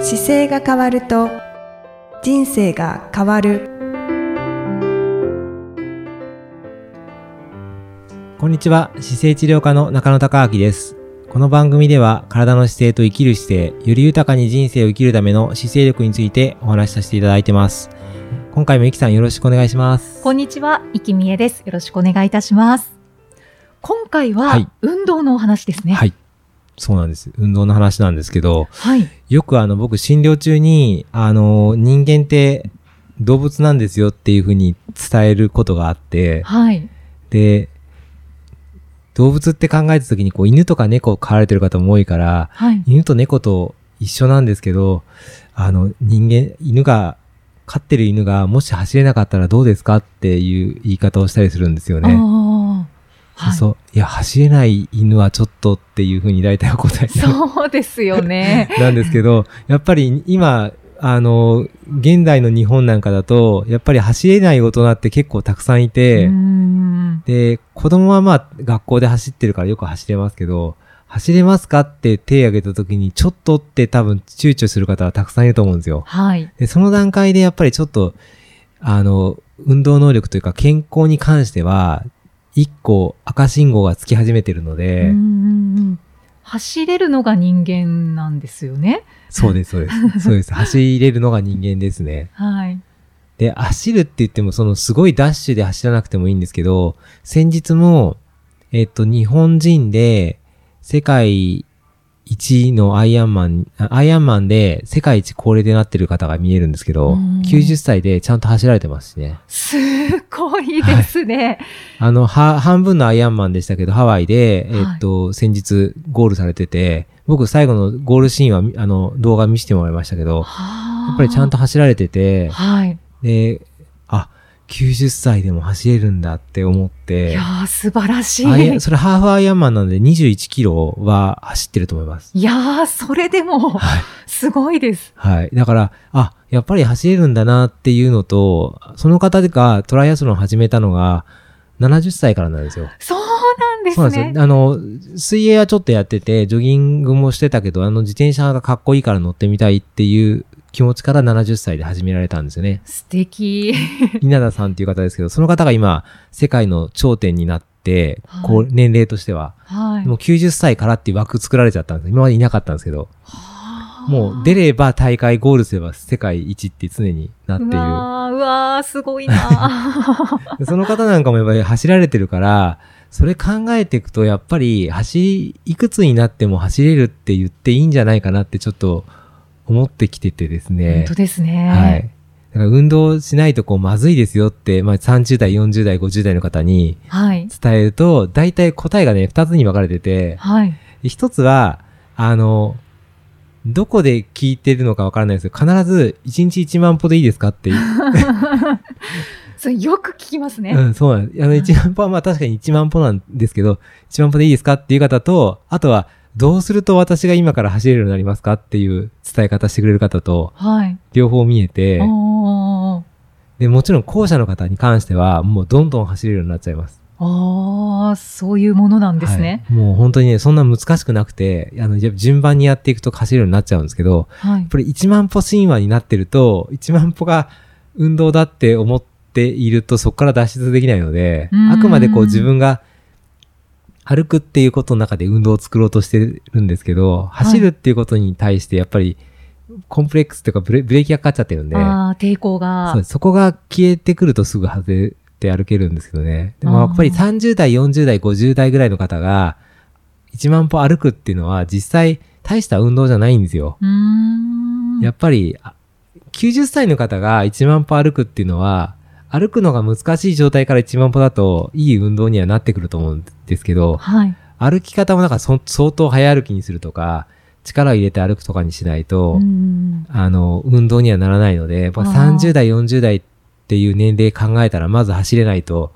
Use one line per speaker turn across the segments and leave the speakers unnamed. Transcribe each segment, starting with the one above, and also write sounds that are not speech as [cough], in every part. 姿勢が変わると人生が変わる
こんにちは姿勢治療科の中野孝明ですこの番組では体の姿勢と生きる姿勢より豊かに人生を生きるための姿勢力についてお話しさせていただいてます今回もゆきさんよろしくお願いします
こんにちは、いきみえです。よろしくお願いいたします。今回は、
はい
運動のお話ですね。。
はいいそうなんです運動の話なんですけど
はい。
よくあの僕診療中にあの人間って動物なんですよっていうふうに伝えることがあって
はい。
で動物って考えた時にこう犬とか猫を飼われてる方も多いから
はい。
犬と猫と一緒なんですけど、あの、人間、犬が、飼ってる犬がもし走れなかったらどうですかっていう言い方をしたりするんですよ
あ
ね。
あ。は
そ
い
うそう。いや、走れない犬はちょっとっていうふうに大体お答えにな [laughs] る
そうです
[laughs]
よね。
なんですけど、やっぱり今、あの、現代の日本なんかだと、やっぱり走れない大人って結構たくさんいうて、
ーん。
で、子供はまあ学校で走ってるからよく走れますけど、走れますかって手挙げた時にちょっとって多分躊躇する方はたくさんいると思うんですよ。
はい。
で、その段階でやっぱりちょっと、あの、運動能力というか健康に関しては、一個赤信号がつき始めてるの
う
で、
ーん。走れるのが人間なんですよね。
そうです、そうです。そうです。走れるのが人間ですね。
はい。
で、走るって言っても、そのすごいダッシュで走らなくてもいいんですけど、先日も、えっと、日本人で、世界一のアイアンマン、あアイアンマンで世界一高齢でなってる方が見えるんですけど、
うん
90歳でちゃんと走られてますしね。
すごいですね。
あの、は、半分のアイアンマンでしたけど、ハワイで、えっと、先日ゴールされてて、僕最後のゴールシーンは、あの、動画見せてもらいましたけど、
はあ
やっぱりちゃんと。走られてて、
はい。
で、あ、90歳でも走れるんだって思っ
い
て
や、ー、素晴らし
アイ
い
アン。それハーフアイアンマンなんで21キロは走ってると思います。
いやー、それでも、
はい。
すごいです。
はい。だから、あ、やっぱり走れるんだなっていうのと、その方がトライアスロンを始めたのが70歳からなんですよ。
そうなんです
そう
ね。
なんですよ。あの、水泳はちょっとやってて、ジョギングもしてたけど、あの自転車がかっこいいから乗ってみたいっていう気持ちから70歳で始められたんですよね。
素敵。 [laughs]
稲田さんっていう方ですけど、その方が今、世界の頂点になって、
はい
こう、年齢としては、
はい。
もう90歳からっていう枠作られちゃったんです。今までいなかったんですけど、
はあ
もう出れば大会ゴールすれば世界一って常になっていうる。
わーうわーすご
[laughs]
いなー
でその方なんかもやっぱり走られてるから、それ考えていくと、やっぱり走、いくつになっても走れるって言っていいんじゃないかなってちょっと思ってきててです
本
ね。
当ですね。
はい。だから運動しないとこうまずいですよって、まあ30代、40代、50代の方に
はい。
伝えると、大体答えがね、二つに分かれてて、
はい。
一つは、あの、どこで聞いてるのか分からないですけど、必ず1日1万歩でいいですかっていう。
それよく聞きますね。
うん、そうなんです。あの、
はい
1万歩はまあ確かに1万歩なんですけど、1万歩でいいですかっていう方と、あとは、どうすると私が今から走れるようになりますかっていう伝え方してくれる方と、
はい。
両方見えて、
おー
で、もちろん後者の方に関しては、もうどんどん走れるようになっちゃいます。
あーそういうものなんですね。
はいもう本当にね、そんな難しくなくて、あの、やっぱ順番にやっていくと走れるようになっちゃうんですけど、
はい
やっ。ぱり1万歩神話になってると、1万歩が運動だって思っていると、そこから脱出できないので
うー、ん
あくまでこう自分が歩くっていうことの中で運動を作ろうとしてるんですけど、走るっていうことに対してやっぱりコンプレックスというかブレブレーキがかかっちゃってるんで、
あー抵抗
そう
が
です。そこが消えてくるとすぐ外れて歩けるんですけどね。でもや
あー
っぱり30代、40代、50代ぐらいの方が1万歩歩くっていうのは実際大した運動じゃないんですよ。
うーん
やっぱりあ90歳の方が1万歩歩くっていうのは歩くのが難しい状態から1万歩だといい運動にはなってくると思うんですけど
はい。
歩き方もなんかそ相当早歩きにするとか力を入れて歩くとかにしないと、
うん
あの運動にはならないのでやっぱ
あー
30代40代っていう年齢考えたらまず走れないと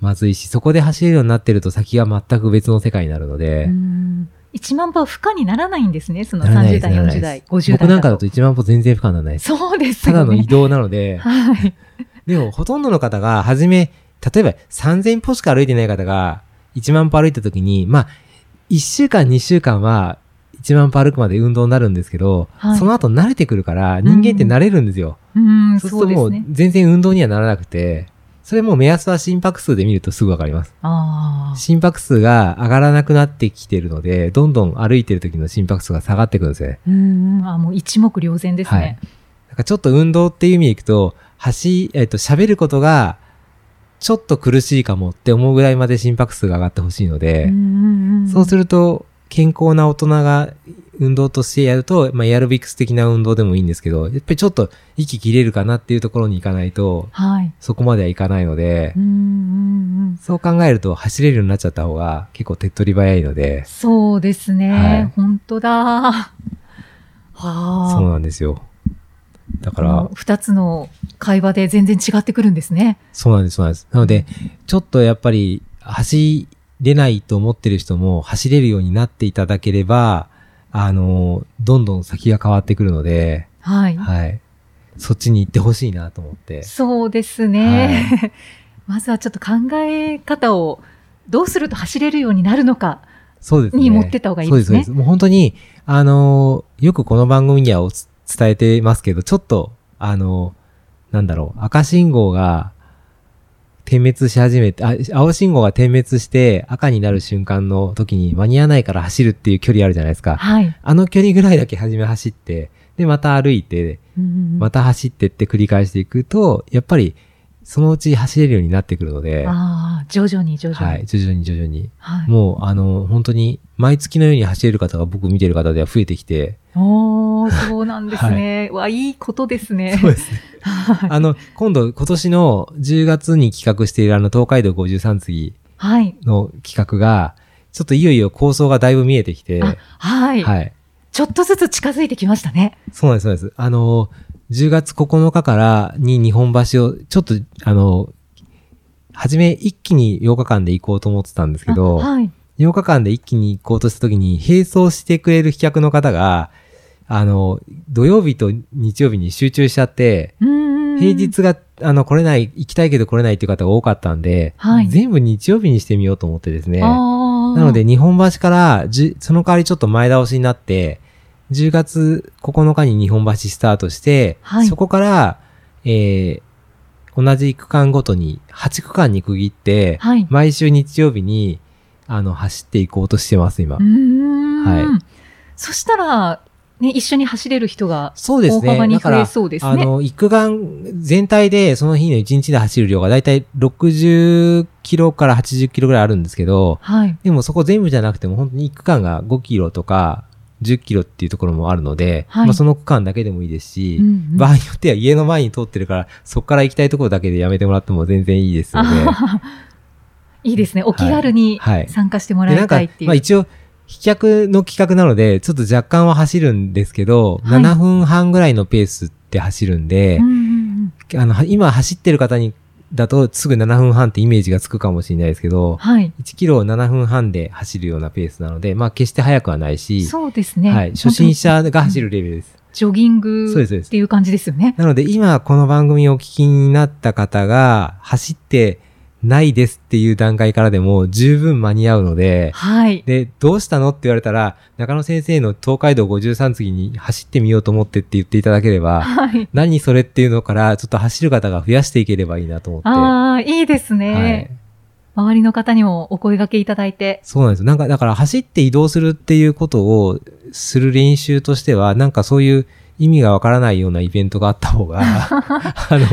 まずいしそこで走れるようになってると先が全く別の世界になるので。
うん1万歩は負荷にならないんですね、その
ならない
30
です
代、
ならないで
40
す
代、50代。
僕なんかだと1万歩全然負荷にならないです。
そうです
ただ
よ
の移
ね。
動なので、
[laughs] はい。
でも、ほとんどの方が、はじめ、例えば3000歩しか歩いてない方が、1万歩歩いた時に、まあ、1週間、2週間は、 1万歩歩くまで運動になるんですけど、
はい
その後慣れてくるから人間って慣れるんですよ。
うん、
そうす
そう
るとも
です
う
ね。
全然運動にはならなくて、それもう目安は心拍数で見るとすぐわかります。
ああ。
心拍数が上がらなくなってきてるので、どんどん歩いてる時の心拍数が下がってくるんですよね。
うんうん、あ、もう一目瞭然ですね。
なんかちょっと運動っていう意味でいくと、走、えっと、喋ることが、ちょっと苦しいかもって思うぐらいまで心拍数が上がってほしいので、そうす
る
ると、健康な大人が運動としてやると、まあ、エアロビクス的な運動でもいいんですけど、やっぱりちょっと息切れるかなっていうところに行かないと、
はい。
そこまではいかないので、
うんうんうん。
そう考えると走れるようになっちゃった方が結構手っ取り早いので、
そうですね。
はい
本当だ。はあ。
そうなんですよ。だか
こ
ら
の、二つの会話で全然違ってくるんですね。
そうなんです、そうなんです。なので、ちょっとやっぱり走れないと思ってる人も走れるようになっていただければ、あの、どんどん先が変わってくるので、
はい。
はい。そっちに行ってほしいなと思って。
そうですね。 [laughs] まずはちょっと考え方をどうすると走れるようになるのか。
そうですね。
に持ってった方がいいですね
そうです、そうです。もう本当に、あの、よくこの番組にはおつ伝えてますけど、ちょっと、あの、なんだろう、赤信号が点滅し始めて、あ青信号が点滅して赤になる瞬間の時に間に合わないから走るっていう距離あるじゃないですか。
はい。
あの距離ぐらいだけ初め走って、で、また歩いて、ま
ま
た走ってって繰り返していくと、やっぱり、そのうち走れるようになってくるので、は、
ああ、徐々に徐々に。はいい。
徐々に徐々に。もう、あの、本当に、毎月のように走れる方が僕見てる方では増えてきて、
おー、そうなんですね。わ、いいことですね。
すね。
はい。
あの、今度、今年の10月に企画しているあの、東海道53次
はい。
の企画が、ちょっといよいよ構想がだいぶ見えてきて、
あはい。
はい。
ちょっとずつ近づいてきましたね。
そうなんです、そうなんです。あの、10月9日からに日本橋を、ちょっと、あの、初め一気に8日間で行こうと思ってたんですけど、
あはい。
8日間で一気に行こうとした時に、並走してくれる飛脚の方が、あの、土曜日と日曜日に集中しちゃって、
うん。
平。日が、あの、来れない、行きたいけど来れないっていう方が多かったんで、
はい
全部日曜日にしてみようと思ってですね。
あ
な
あ。
ので、日本橋からじゅ、その代わりちょっと前倒しになって、10月9日に日本橋スタートして、
はい
そこから、えー、同じ区間ごとに8区間に区切って、
はい。
毎週日曜日に、あの、走っていこうとしてます、今
う。ん。
は
そしたら、ね、一緒に走れる人が
そうです
大
ね。
幅に
だか
増え
ら、
そうです
あ
ね。
の、一区間全体でその日の1日で走る量がだいたい60キロから80キロぐらいあるんですけど、
はい。
でもそこ全部じゃなくても本当に一区間が5キロとか10キロっていうところもあるので、
はい
まあその区間だけでもいいですし、
うんうん
場合によっては家の前に通ってるから、そこから行きたいところだけでやめてもらっても全然いいですので。
あー [laughs] いいですね。お気軽に
はい
参加してもら
でないんか
たいってい、う。
まあ一応、飛脚の企画なので、ちょっと若干は走るんですけど、
はい
7分半ぐらいのペースって走るんで、
うんうん
あの、は今走ってる方に、だとすぐ7分半ってイメージがつくかもしれないですけ
うん
ど、
はい。
1キロを7分半で走るようなペースなので、まあ決して速くはないし、
そうですね。
はい、初心者が走るレベルです。
ジョギン
そう
グ
ですそうで
っ
す
ていう感じですよね。
なので今この番組をお聞きになった方が、走ってないですっていう段階からでも十分間に合うので、
はい。
で、どうしたのって言われたら、中野先生の東海道53次に走ってみようと思ってって言っていただければ、
はい。
何それっていうのから、ちょっと走る方が増やしていければいいなと思って。
ああ、いいですね、周りの方にもお声掛けいただいて。
そうなんですよ。なんか、だから走って移動するっていうことをする練習としては、なんかそういう意味がわからないようなイベントがあった方が、あの、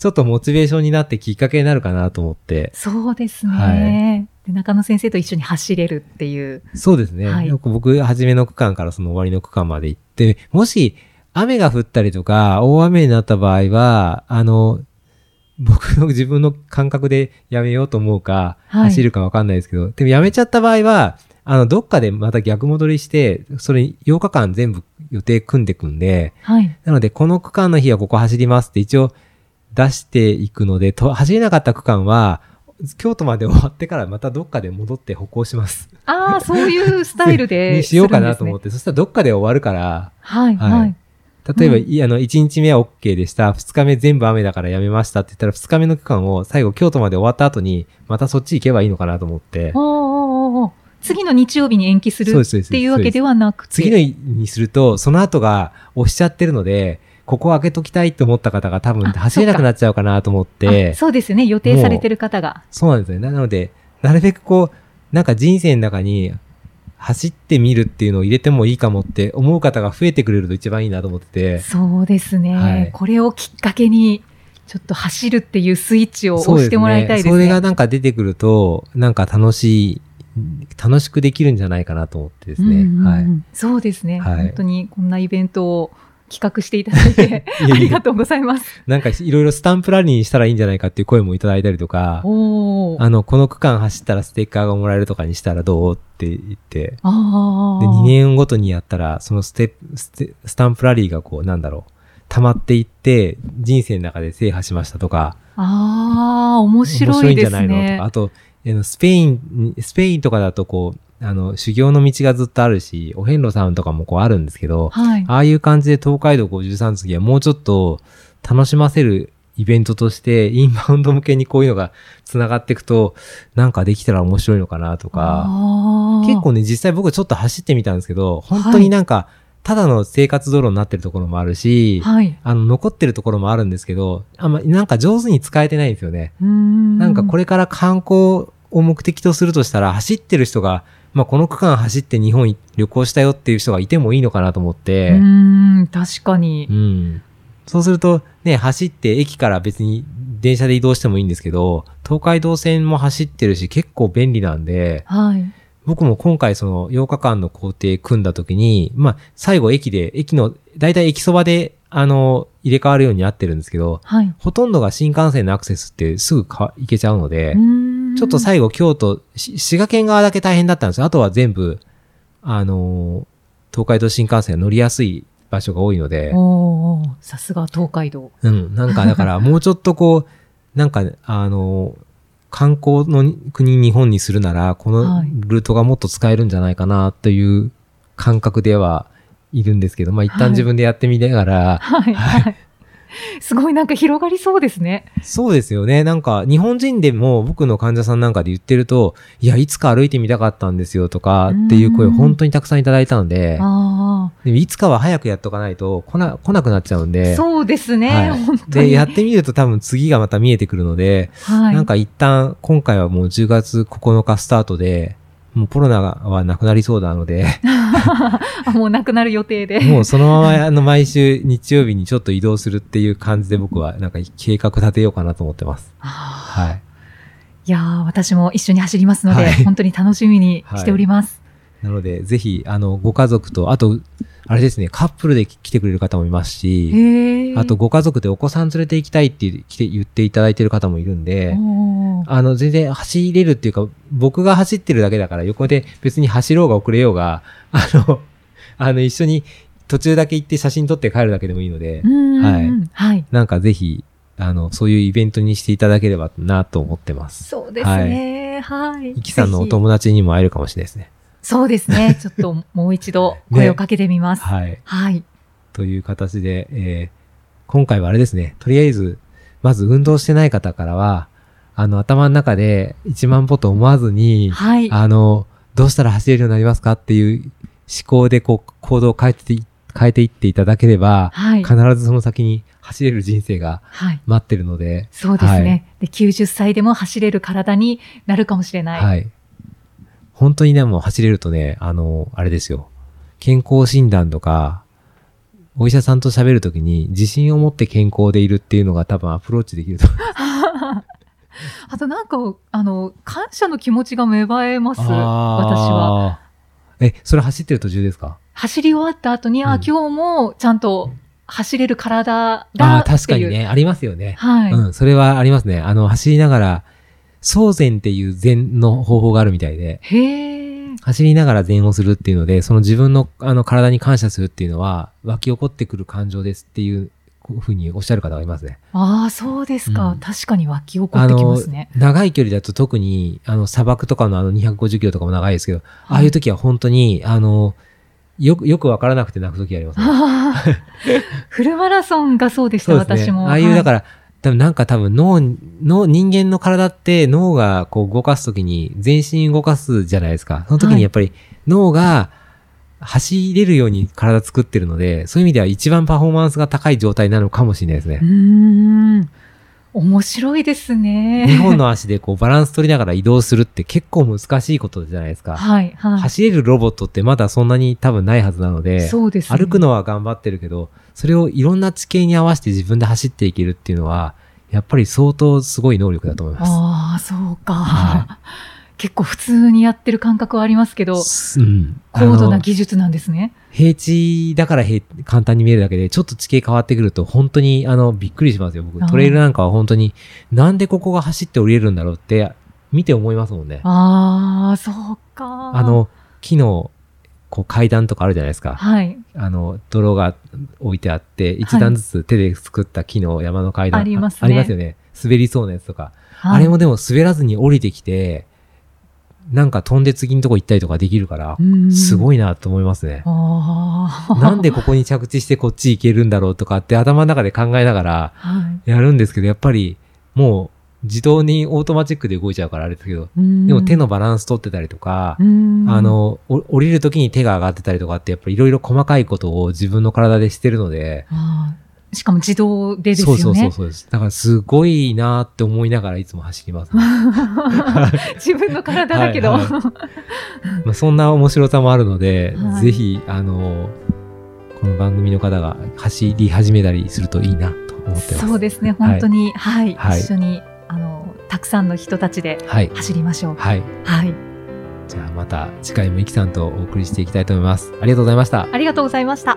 ちょっとモチベーションになってきっかけになるかなと思って。
そうですね、
は
で中野先生と一緒に走れるっていう。
そうですね。
はい
よく僕、初めの区間からその終わりの区間まで行って、もし、雨が降ったりとか、大雨になった場合は、あの、僕の自分の感覚でやめようと思うか、
はい
走るかわかんないですけど、でもやめちゃった場合は、あの、どっかでまた逆戻りして、それ8日間全部予定組んでくんで、
はい。
なので、この区間の日はここ走りますって一応出していくので、と走れなかった区間は、京都まで終わってからまたどっかで戻って歩行します。
ああ、そういうスタイルで。
にしようかなと思ってて、
[laughs]
そしたらどっかで終わるから、
はい、
は
はいい、
例えば、
うん
いあの、1日目は OK でした、2日目全部雨だからやめましたって言ったら、2日目の区間を最後京都まで終わった後に、またそっち行けばいいのかなと思って
おー、おーおーおー次の日曜日に延期
そ
す
う
る
ですそうです
っていうわけではなくて。
次の日にすると、その後が押しちゃってるので、ここを開けときたいと思った方が多分
あ
走れなくなっちゃうかなと思っ
あ
て、
そうですよね。予定されてる方が。
そうなんですよね。なので、なるべくこう、なんか人生の中に走ってみるっていうのを入れてもいいかもって思う方が増えてくれると一番いいなと思ってて、
そうですね、
はい
これをきっかけに、ちょっと走るっていうスイッチを
そう
押してもらいたいです
そ
ね。
れがなんか出てくると、なんか楽しい、楽しくできるんじゃないかなと思ってですね。
うんうんうん
はい。 [laughs]
そうですね、
はい
本当にこんなイベントを企画していた [laughs] だいて
いやいや
ありがとうございます。
なんかいろいろスタンプラリーにしたらいいんじゃないかっていう声もいただいたりとか、
おー
あの、この区間走ったらステッカーがもらえるとかにしたらどうって言って、
あ
で、
ー
2年ごとにやったら、そのステップステ、スタンプラリーがこう、なんだろう、溜まっていって、人生の中で制覇しましたとか、
あー面白い
んじ
で
ゃな
す
いのと
ね
か、。あと、あのスペインに、スペインとかだとこう、あの、修行の道がずっとあるし、お遍路さんとかもこうあるんですけど、
はい、
ああいう感じで東海道53次はもうちょっと楽しませるイベントとして、インバウンド向けにこういうのが繋がっていくと、なんかできたら面白いのかなとか、
あー
結構ね、実際僕ちょっと走ってみたんですけど、本当になんか、ただの生活道路になってるところもあるし、
はい、
あの、残ってるところもあるんですけど、あんま、なんか上手に使えてないんですよね。
な
なんかこれから観光を目的とするとしたら、走ってる人が、まあ、この区間走って日本に旅行したよっていう人がいてもいいのかなと思って、
うん確かに
う、ん。そうすると、ね、走って駅から別に電車で移動してもいいんですけど、東海道線も走ってるし結構便利なんで、
はい
僕も今回その8日間の工程組んだ時に、まあ最後駅で、駅の、だいたい駅そばで、あの、入れ替わるようになってるんですけど、
はい、
ほとんどが新幹線のアクセスってすぐか行けちゃうので、ち
ち
ょっと最後京都、し滋賀県側だけ大変だったんですよ。あとは全部、あの東海道新幹線が乗りやすい場所が多いので、
おーさすが東海道。
うん、なんかだから
[laughs]
もうちょっとこう、なんかあの、観光の国日本にするなら、この
はい
ルートがもっと使えるんじゃないかなという感覚ではいるんですけど、まあ一
はい
旦自分でやってみながら、
はい、はい。すごいなんか広がりそうですね。
そうですよね。なんか日本人でも僕の患者さんなんかで言ってると、いや、いつか歩いてみたかったんですよとかっていう声
うん
本当にたくさんいただいたので、
あ
でもいつかは早くやっとかないと来な来なくなっちゃうん
あ、
で、
そうですね、
はい
本当
で、
に。
やってみると多分次がまた見えてくるので、
はい、
なんか一旦、今回はもう10月9日スタートで、もうコロナはなくなりそうなの
[laughs]
で、
あもうなくなる予定で。
もうそのままあの毎週日曜日にちょっと移動するっていう感じで僕はなんか計画立てようかなと思ってます。
あー
はい。
いやー私も一緒に走りますので、
はい
本当に楽しみにしております。
なので、ぜひ、あの、ご家族と、あと、あれですね、カップルで来てくれる方もいますし、
へえ。
あと、ご家族でお子さん連れて行きたいって来て言っていただいてる方もいるんで、
おー
あの、全然走れるっていうか、僕が走ってるだけだから、横で別に走ろうが遅れようが、あの、 [laughs] あの、一緒に途中だけ行って写真撮って帰るだけでもいいので
う、んうんうんはい。
なんかぜひ、あの、そういうイベントにしていただければなと思ってます。
そうですね。はい。
イキさんのお
ぜひ
友達にも会えるかもしれないですね。
そうで
[laughs]
すね。ちょっともう一度
ね
声をかけてみます。
はい。
はい。
という形で、えー今回はあれですね、とりあえず、まず運動してない方からは、あの、頭の中で1万歩と思わずに、
はい。
あの、どうしたら走れるようになりますかっていう思考でこう行動を変えてい、変えていっていただければ、
はい。
必ずその先に走れる人生が
はい。
待ってるので、
そうです
は
ね、で。90歳でも走れる体になるかもしれない。
はい。本当にね、もう走れるとね、あの、あれですよ。健康診断とか、お医者さんと喋るときに自信を持って健康でいるっていうのが多分アプローチできると思います。
あとなんか、あの、感謝の気持ちが芽生えます。私は。
は。え、それ走ってる途中ですか
走り終わった後に、あ
うん、
今日もちゃんと走れる体
あ
だ
あ
って
ー、
いう。
確かに。ね、ありますよね。
はい。
うん、それはありますね。あの、走りながら、走禅っていう禅の方法があるみたいで、
へえ。
走りながら禅をするっていうので、その自分のあの体に感謝するっていうのは、湧き起こってくる感情ですっていうふうにおっしゃる方がいますね。
ああ、そうですか、
うん
確かに湧き起こ
あ
ってきま
の
すね。、
長い距離だと特に、あの、砂漠とかのあの250キロとかも長いですけど、ああいう時は本当に、あの、よく、よくわからなくて泣く時ありますね。
あー [laughs] フルマラソンがそうでした、
そうですね。
私も。、
ああいう、だからら、でもなんか多分脳、脳、人間の体って脳がこう動かすときに全身動かすじゃないですか。その時
は
に
い
やっぱり脳が走れるように体作ってるので、そういう意味では一番パフォーマンスが高い状態なのかもしれないです
う
ね。
ーん。面白いですね。
日本の足でこうバランス取りながら移動するって結構難しいことじゃないですか。
はい、はい。
走れるロボットってまだそんなに多分ないはずなので、
そうです、ね。
歩くのは頑張ってるけど、それをいろんな地形に合わせて自分で走っていけるっていうのは、やっぱり相当すごい能力だと思います。
ああ、そうか、
は
[laughs] 結構普通にやってる感覚はありますけど、
うん、あの
高度な技術なんですね。
平地だから平簡単に見えるだけで、ちょっと地形変わってくると、本当にあのびっくりしますよ、
あ
僕。
ー
トレイルなんかは本当に、なんでここが走って降りれるんだろうって、見て思いますもんね。あ
ああ、そうか。
の、木のこう階段とかあるじゃないですか。
はい、
あの、泥が置いてあって、一
は
段
い
ずつ手で作った木の山の階段、
ありますね
ありますよね。滑りそうなやつとか。
はい
あれもでも滑らずに降りてきて、なんか飛んで次のとこ行ったりとかできるから、す
い。
ごいなと思いますね。
ああ。
なんでここに着地してこっち行けるんだろうとかって頭の中で考えながら
はい
やるんですけど、やっぱりもう自動にオートマチックで動いちゃうからあれですけど、
うん
でも手のバランス取ってたりとか、
うん
あの、お降りる時に手が上がってたりとかって、やっぱりいろいろ細かいことを自分の体でしてるので、
あーしかも自動でですよ
そう
ね。
そうそうそうです。だからすごいなって思いながらいつも走ります、ね。
[laughs] 自分の体だけど。
はいまあそんな面白さもあるので、
はい
ぜひ、あの、この番組の方が走り始めたりするといいなと思ってます。
そうですね、
はい
本当に、はい、
はい
一緒に、あの、たくさんの人たちで
はい。
走りましょう。
はい。
はい、
じゃあまた次回もイキさんとお送りしていきたいと思います。ありがとうございました。
ありがとうございました。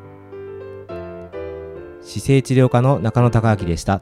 姿勢治療科の中野孝明でした